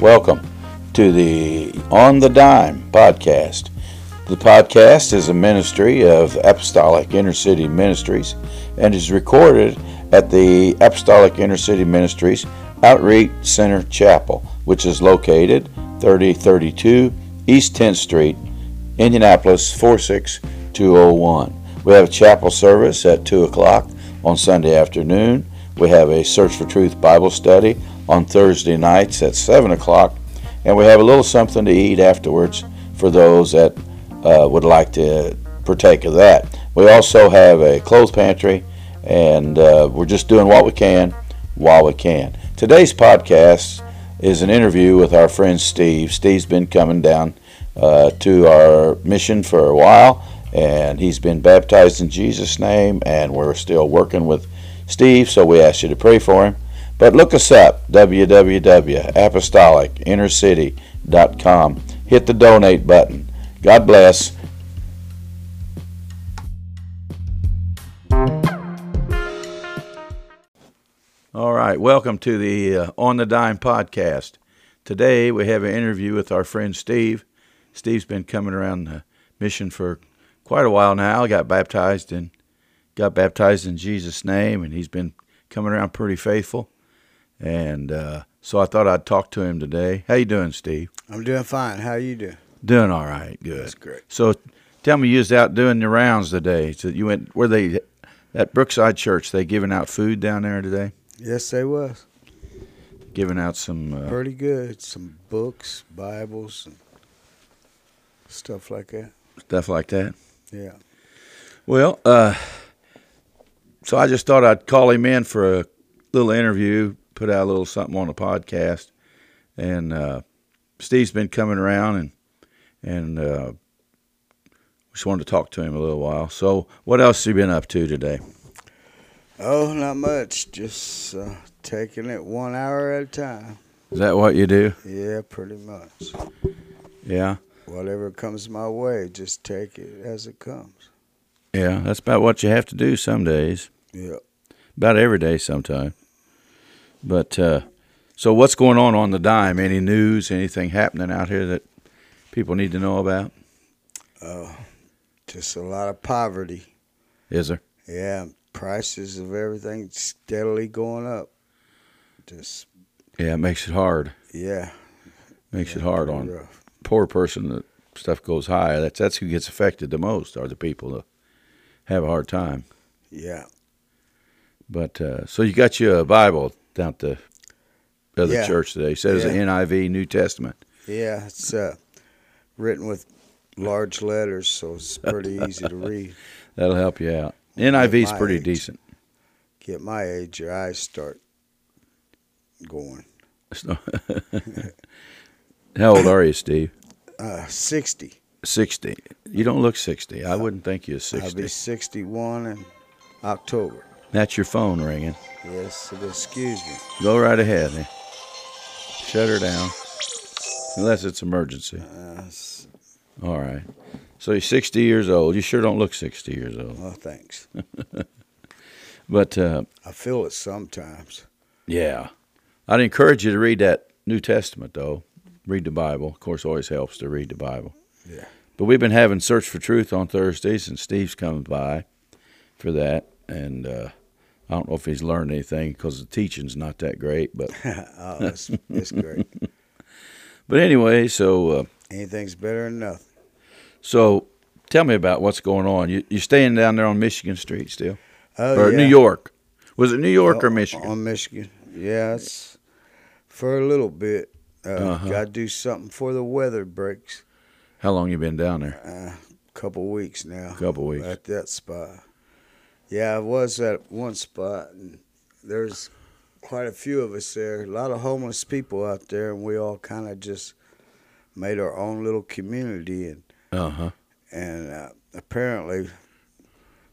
Welcome to the On the Dime podcast. The podcast is a ministry of Apostolic Inner City Ministries and is recorded at the Apostolic Inner City Ministries Outreach Center Chapel, which is located 3032 East 10th Street, Indianapolis 46201. We have a chapel service at 2 o'clock on Sunday afternoon. We have a Search for Truth Bible study on Thursday nights at 7 o'clock. And we have a little something to eat afterwards for those that uh, would like to partake of that. We also have a clothes pantry, and uh, we're just doing what we can while we can. Today's podcast is an interview with our friend Steve. Steve's been coming down uh, to our mission for a while, and he's been baptized in Jesus' name, and we're still working with Steve, so we ask you to pray for him. But look us up, www.apostolicinnercity.com. Hit the donate button. God bless. All right, welcome to the uh, On the Dime podcast. Today we have an interview with our friend Steve. Steve's been coming around the mission for quite a while now. Got baptized and got baptized in Jesus' name, and he's been coming around pretty faithful. And uh, so I thought I'd talk to him today. How you doing, Steve? I'm doing fine. How you doing? Doing all right. Good. That's great. So tell me, you was out doing your rounds today. So you went were they at Brookside Church? They giving out food down there today? Yes, they was Giving out some uh, pretty good. Some books, Bibles, and stuff like that. stuff like that. Yeah. Well, uh, so I just thought I'd call him in for a little interview, put out a little something on the podcast, and uh, Steve's been coming around and and uh, just wanted to talk to him a little while. So, what else you been up to today? Oh, not much. Just uh, taking it one hour at a time. Is that what you do? Yeah, pretty much. Yeah, Whatever comes my way, just take it as it comes. yeah. That's about what you have to do some days. Yeah. about every day sometime. But uh, so, what's going on on the dime? Any news? Anything happening out here that people need to know about? Oh, just a lot of poverty. Is there? Yeah. Prices of everything steadily going up. Just Yeah, it makes it hard. yeah. Makes it hard on rough. poor person. That stuff goes high. That's that's who gets affected the most. Are the people that have a hard time. Yeah. But uh, so you got you a Bible down at the other Yeah. church today. You said it's an Yeah. NIV New Testament. Yeah, it's uh, written with large letters, so it's pretty easy to read. That'll help you out. NIV's my pretty age. decent. Get my age, your eyes start going. It's not- How old are you, Steve? Uh, 60. 60. You don't look 60. I wouldn't think you're I'll 60. be 61 in October. That's your phone ringing. Yes, it- excuse me. Go right ahead. eh? Shut her down. Unless it's emergency. Uh, s- All right. So you're 60 years old. You sure don't look 60 years old. well, thanks. But uh, I feel it sometimes. yeah, I'd encourage you to read that New Testament, though. Read the Bible. Of course, it always helps to read the Bible. Yeah. But we've been having Search for Truth on Thursdays, and Steve's coming by for that. And uh, I don't know if he's learned anything because the teaching's not that great, but oh, it's, it's great. But anyway, so uh, Anything's better than nothing. so tell me about what's going on. You you're staying down there on Michigan Street still, Oh, or yeah. New York? Was it New York or Oh, Michigan? On Michigan. Yeah, it's for a little bit. Uh, Uh-huh. Got to do something for the weather breaks. How long you been down there? uh, couple weeks now. Couple weeks. at that spot. Yeah, I was at one spot, and there's quite a few of us there. A lot of homeless people out there, and we all kind of just made our own little community. And Uh huh. and uh, apparently,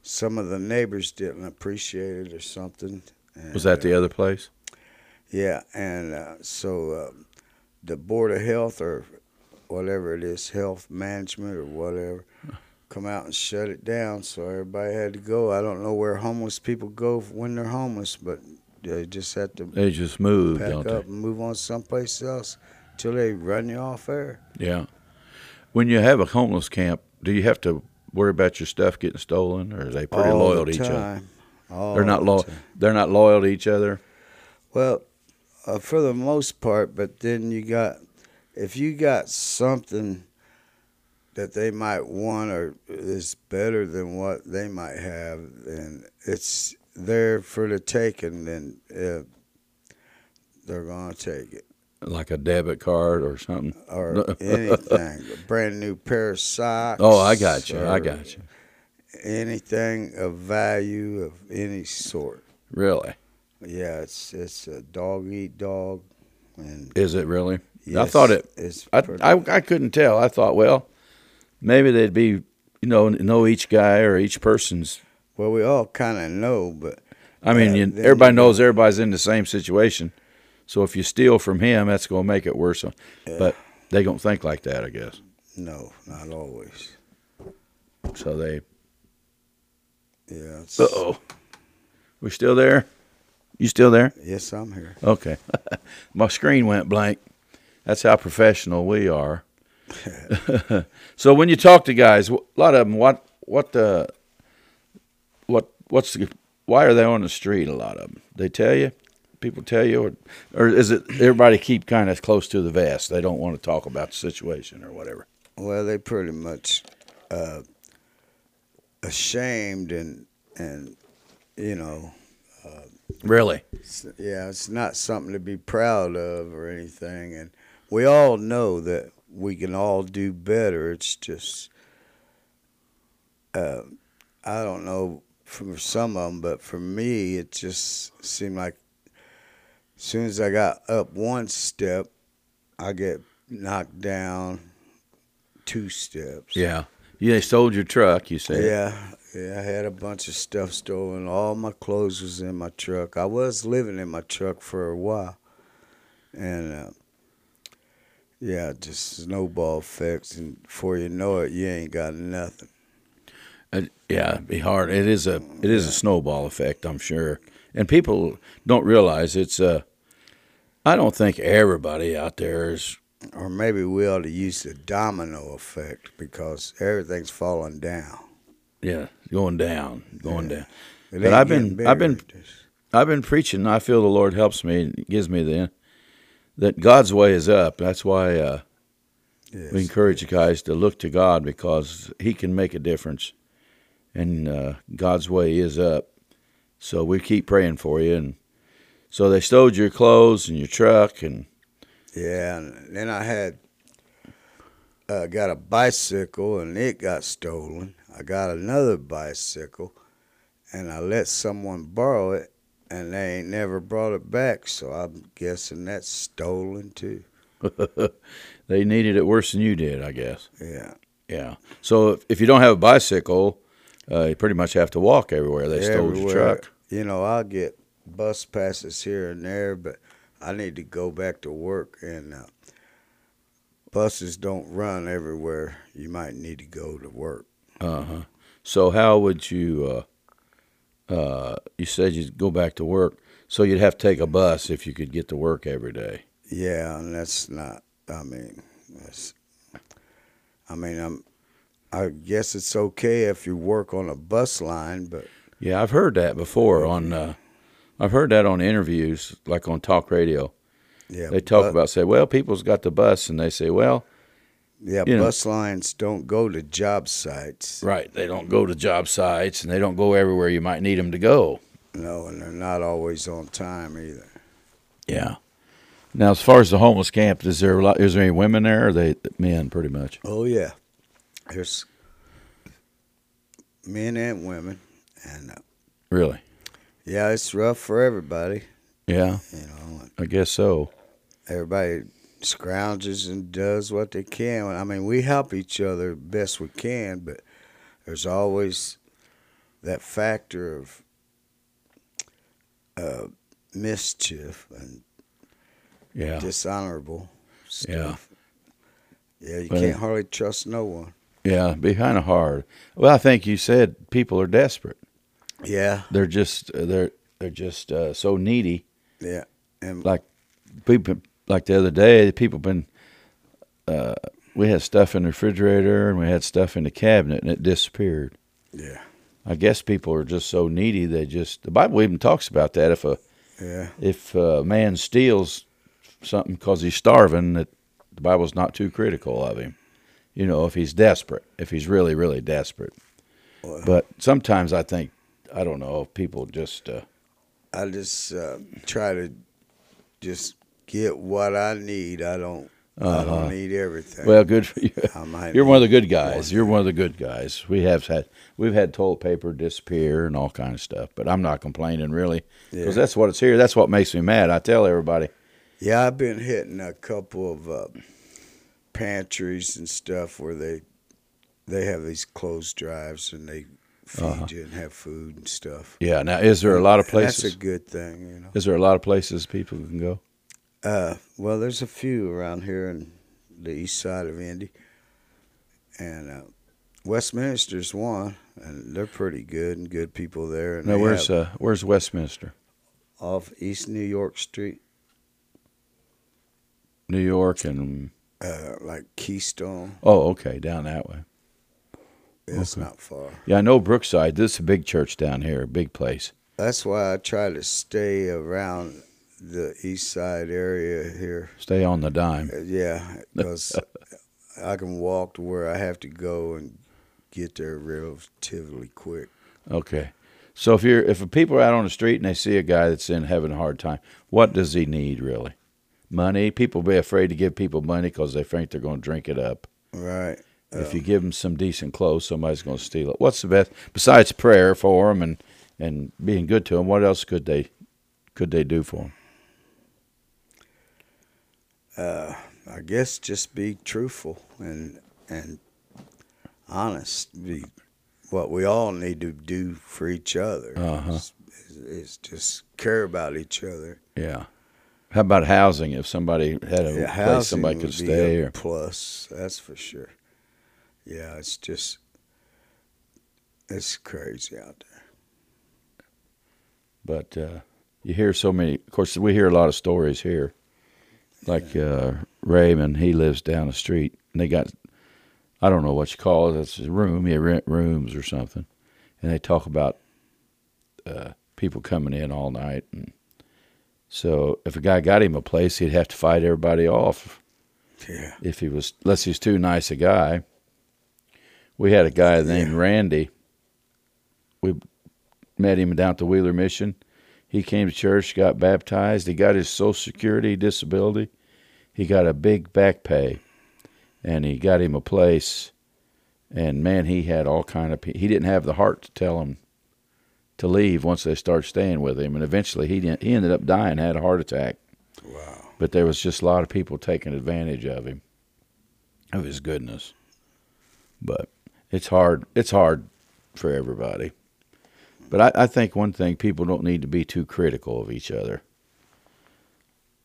some of the neighbors didn't appreciate it or something. And, Was that the other place? yeah, and uh, so um, the Board of Health or whatever it is, health management or whatever, come out and shut it down. So everybody had to go. I don't know where homeless people go when they're homeless, but they just had to They just moved, pack don't up and move on someplace else till they run you off air. Yeah. When you have a homeless camp, do you have to worry about your stuff getting stolen, or are they pretty all loyal the to each other? time. All They're not the loyal. time. They're not loyal to each other. Well, uh, for the most part, but then you got, if you got something that they might want or is better than what they might have, then it's there for the taking, then uh, they're going to take it. Like a debit card or something. Or anything, a brand new pair of socks. Oh, I got you. I or got you. Anything of value of any sort. Really? Yeah, it's it's a dog eat dog, and Is it really? I yes, thought it. It's I, pretty- I I couldn't tell. I thought, well, maybe they'd be, you know, know each guy or each person's. Well, we all kind of know, but I mean, Yeah, you, then everybody you- knows everybody's in the same situation. So if you steal from him, that's going to make it worse. But they don't think like that, I guess. no, not always. So they. Yeah. it's- Uh oh. We still there? You still there? Yes, I'm here. Okay. My screen went blank. That's how professional we are. so when you talk to guys, wh- a lot of them, what, what the, what, what's the, why are they on the street? A lot of them. They tell you, people tell you, or, or is it everybody keep kind of close to the vest? They don't want to talk about the situation or whatever. Well, they pretty much uh, ashamed and and you know, Really? it's, yeah, it's not something to be proud of or anything. And we all know that we can all do better. It's just, uh, I don't know for some of them, but for me, it just seemed like as soon as I got up one step, I get knocked down two steps. Yeah. Yeah, they sold your truck. You said. Yeah, yeah. I had a bunch of stuff stolen. All my clothes was in my truck. I was living in my truck for a while, and uh, yeah, just snowball effects. And before you know it, you ain't got nothing. It- Uh, yeah, it'd be hard. It is a it is a snowball effect, I'm sure. And people don't realize it's a. I don't think everybody out there is. Or maybe we ought to use the domino effect because everything's falling down. Yeah, going down, going down. It But ain't I've been- getting I've been- better. I've been preaching. and I feel the Lord helps me and gives me the that God's way is up. That's why uh, Yes. we encourage you guys to look to God because He can make a difference, and uh, God's way is up. So we keep praying for you. And so they stowed your clothes and your truck and Yeah, and then I had uh, got a bicycle and it got stolen. I got another bicycle and I let someone borrow it and they ain't never brought it back. So I'm guessing that's stolen too. they needed it worse than you did, I guess. Yeah. Yeah. So if, if you don't have a bicycle, uh, you pretty much have to walk everywhere. They stole your Everywhere. truck. You know, I'll get bus passes here and there, but I need to go back to work and uh, buses don't run everywhere. You might need to go to work. Uh huh. So how would you? Uh, uh, you said you'd go back to work, so you'd have to take a bus if you could get to work every day. Yeah, and that's not. I mean, that's. I mean, I'm. I guess it's okay if you work on a bus line, but Yeah, I've heard that before on. Uh, I've heard that on interviews, like on talk radio. yeah, They talk bu- about say, "Well, people's got the bus," and they say, "Well, yeah, you know. bus lines don't go to job sites, right, they don't go to job sites and they don't go everywhere you might need them to go." no, and they're not always on time either. Yeah. Now, as far as the homeless camp, is there a lot, is there any women there? Or are they men, pretty much? Oh yeah, there's men and women, and uh, Really? yeah, it's rough for everybody. Yeah, You know, I guess so. everybody scrounges and does what they can. I mean, we help each other best we can, but there's always that factor of uh, mischief and Yeah, dishonorable stuff. Yeah, you Well- can't hardly trust no one. yeah. Be kind of hard. Well, I think you said people are desperate. Yeah, They're just they're they're just uh, so needy. yeah, and Like people like the other day, people been. Uh, we had stuff in the refrigerator and we had stuff in the cabinet, and it disappeared. Yeah. I guess people are just so needy they just. The Bible even talks about that. If a Yeah. if a man steals something because he's starving, that the Bible's not too critical of him. You know, if he's desperate, if he's really, really desperate. Well- But sometimes I think, I don't know, if people just, uh, I just uh, try to just get what I need. I don't. I Uh-huh. don't need everything. well, good for you. I might You're need one of the good guys. You're one of the good guys. We have had we've had toilet paper disappear and all kind of stuff, but I'm not complaining really because Yeah. that's what it's here. That's what makes me mad. I tell everybody, Yeah, I've been hitting a couple of uh, pantries and stuff where they they have these closed drives and they feed you and have food and stuff. yeah. Now, is there Uh-huh. a lot of And That's places? a good thing, you know. is there a lot of places people can go? Uh, well, there's a few around here in the east side of Indy, and uh, Westminster's one, and they're pretty good and good people there. And No, they where's have uh, where's Westminster? off East New York Street, New York and uh, like Keystone. oh, okay, down that way. It's Okay. not far. Yeah, I know Brookside. This is a big church down here, a big place. That's why I try to stay around the east side area here. Stay on the dime. Uh, Yeah, because I can walk to where I have to go and get there relatively quick. Okay. So if you're if people are out on the street and they see a guy that's in having a hard time, what does he need really? Money. People be afraid to give people money because they think they're going to drink it up. Right. if you give them some decent clothes, somebody's going to steal it. What's the best besides prayer for them and and being good to them? What else could they could they do for them? uh, I guess just be truthful and and honest. Be what we all need to do for each other Uh-huh. is, is, is just care about each other. Yeah. How about housing? If somebody had a Yeah, place housing somebody would could be stay, a or plus. That's for sure. Yeah, it's just it's crazy out there. but uh, you hear so many. Of course, we hear a lot of stories here. Like uh, Raymond, he lives down the street, and they got I don't know what you call it. It's a room. You rent rooms or something, and they talk about uh, people coming in all night. And so, if a guy got him a place, he'd have to fight everybody off Yeah, if he was unless he's too nice a guy. We had a guy named Randy. We met him down at the Wheeler Mission. He came to church, got baptized. He got his Social Security disability. He got a big back pay, and he got him a place. And man, he had all kind of. pe- He didn't have the heart to tell him to leave once they started staying with him, and eventually he didn't, he ended up dying, had a heart attack wow. but there was just a lot of people taking advantage of him, of his goodness. But it's hard. It's hard for everybody. But I, I think one thing people don't need to be too critical of each other.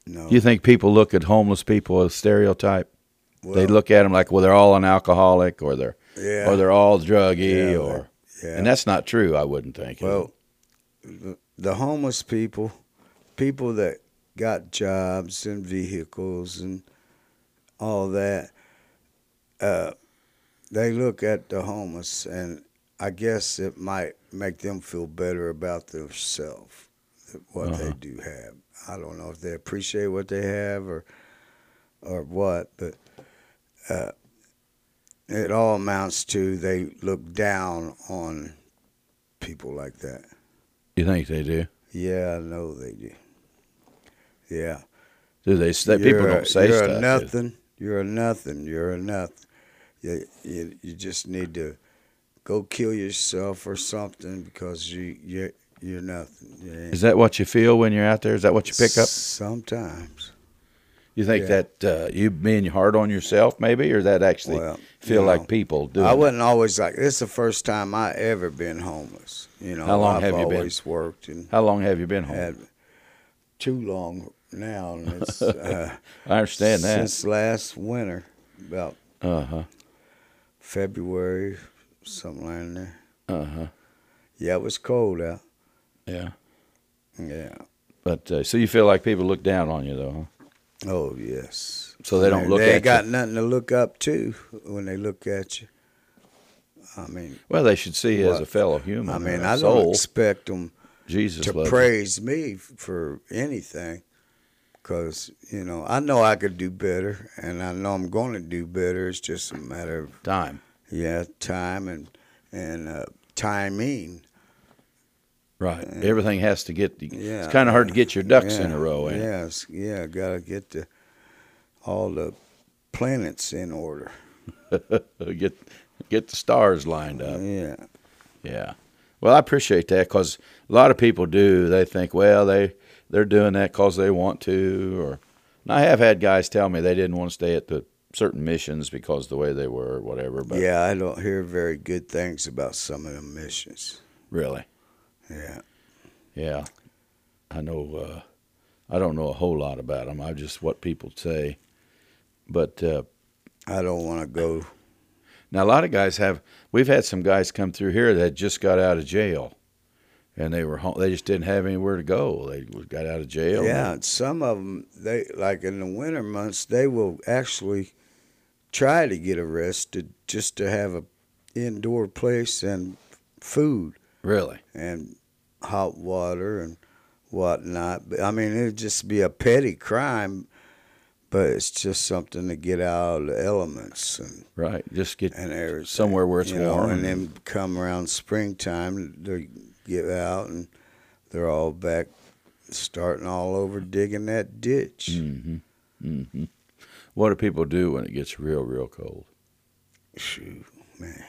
No, You think people look at homeless people as stereotype? they well, look at them like, well, they're all an alcoholic, or they're yeah, or they're all druggy, Yeah, or yeah. and that's not true. I wouldn't think. Well, the, the homeless people, people that got jobs and vehicles and all that, uh, they look at the homeless, and I guess it might make them feel better about themselves, what they Uh-huh. do have. I don't know if they appreciate what they have or or what, but uh, it all amounts to they look down on people like that. you think they do? Yeah, I know they do. Yeah, Do they? Say, people You're a- don't say you're stuff. do A they? nothing. You're a nothing. You're a nothing. You, you you just need to go kill yourself or something because you you you're nothing. You ain't- Is that what you feel when you're out there? Is that what you pick up? sometimes. You think Yeah. that uh, you being hard on yourself, maybe, or that actually Well, feel you know, like people do? I wasn't always like this. Is the first time I ever been homeless. You know, How long I've have you been? always worked and How long have you been home? had too long now, and it's uh, I understand that. since last winter, about Uh huh. February, something like that. Uh huh. Yeah, it was cold out. Yeah. Yeah. But uh, so you feel like people look down on you, though? Huh? Oh yes. So they don't look They at ain't got you. nothing to look up to when they look at you. I mean, Well, they should see you as What? a fellow human. I mean, and a I don't soul. expect them Jesus to loves you. praise me for anything because you know i know i could do better and i know i'm going to do better it's just a matter of time. yeah time and and uh, timing Right. Everything has to get. Yeah. It's kind of hard to get your ducks in Yeah, a row. ain't it? yes yeah gotta get the all the planets in order uh, get get the stars lined up. yeah Yeah. Well, I appreciate that because a lot of people do. They think, well, they they're doing that because they want to, or and I have had guys tell me they didn't want to stay at the certain missions because the way they were, or whatever. But yeah i don't hear very good things about some of the missions really, yeah yeah. I know. Uh, I don't know a whole lot about them. I just what people say. But uh, i don't want to go Now, a lot of guys have. We've had some guys come through here that just got out of jail, and they were home. They just didn't have anywhere to go. They got out of jail. Yeah, and some of them they like in the winter months they will actually try to get arrested just to have a indoor place and food really. and hot water and whatnot. But I mean, it'd just be a petty crime, but it's just something to get out of the elements and Right. Just get and everything. somewhere where it's you know, warm. and then come around springtime they get out and they're all back starting all over digging that ditch. hmm hmm What do people do when it gets real, real cold? shoot, man,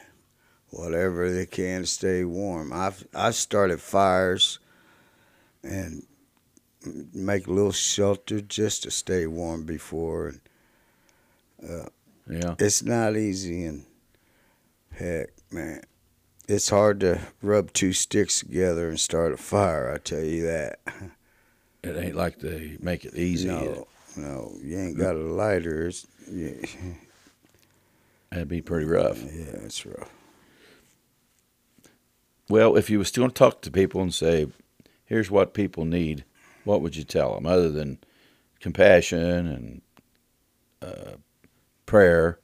whatever they can to stay warm. I've I started fires and make a little shelter just to stay warm before. And Yeah. it's not easy, and heck, man, it's hard to rub two sticks together and start a fire. I tell you that. It ain't like they make it easy. no, no, you ain't got a lighter. It's, yeah, That'd be pretty rough. yeah, it's rough. Well, if you was still to talk to people and say, "Here's what people need," what would you tell them other than compassion and uh, prayer?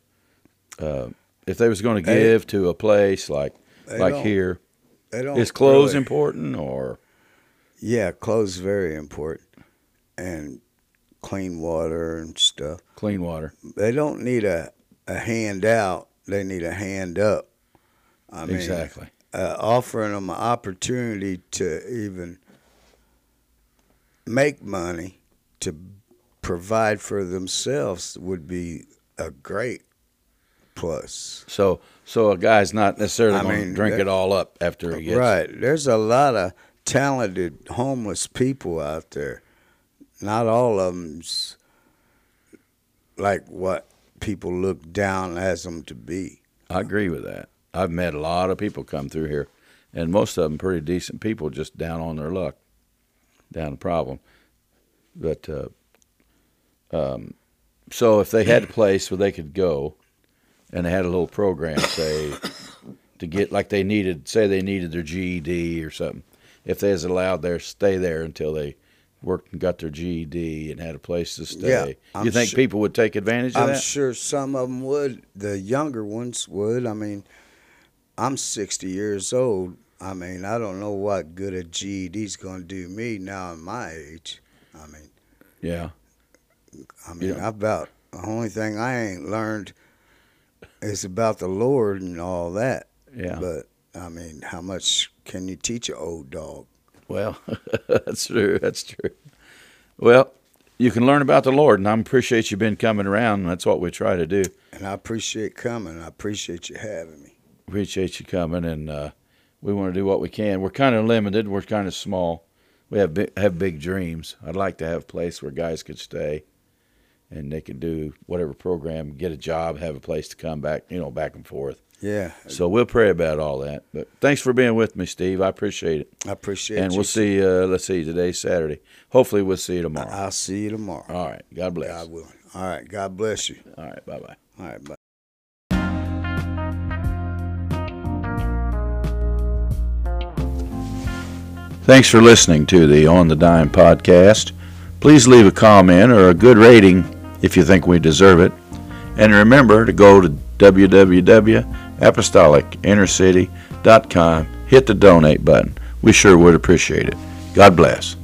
Uh, if they was going to They- give to a place like They like don't- here, They don't is clothes really- important or Yeah, clothes very important, and clean water and stuff. clean water? They don't need a a handout. They need a hand up. I mean, exactly. uh, offering them an opportunity to even make money to provide for themselves would be a great plus. So so a guy's not necessarily I going to mean, drink that- it all up after he gets Right. There's a lot of talented homeless people out there. Not all of them's like what people look down as them to be. I agree with that. I've met a lot of people come through here, and most of them pretty decent people, just down on their luck, down a problem. But uh, um, so if they had a place where they could go, and they had a little program, say, to get like they needed, say they needed their GED or something. If they was allowed there, stay there until they worked and got their GED and had a place to stay. Yeah, you I'm think su- people would take advantage of I'm that? sure some of them would. The younger ones would. I mean, I'm 60 years old. I mean, I don't know what good a GED's going to do me now in my age. I mean, yeah, I mean, Yeah. I about the only thing I ain't learned is about the Lord and all that. yeah. But I mean, how much can you teach an old dog? Well, that's true. That's true. Well, you can learn about the Lord, and I appreciate you been coming around. And that's what we try to do. And I appreciate coming. I appreciate you having me. Appreciate you coming, and uh, we want to do what we can. We're kind of limited. We're kind of small. We have big, have big dreams. I'd like to have a place where guys could stay, and they could do whatever program, get a job, have a place to come back. You know, back and forth. Yeah, So we'll pray about all that. But thanks for being with me, Steve. I appreciate it. I appreciate And you. we'll see. Uh, let's see. Today's Saturday. Hopefully, we'll see you tomorrow. I'll see you tomorrow. All right. God bless. God willing. All right. God bless you. All right. Bye bye. All right. Bye. Thanks for listening to the On the Dime podcast. Please leave a comment or a good rating if you think we deserve it. And remember to go to www.apostolicinnercity.com, hit the donate button. We sure would appreciate it. God bless.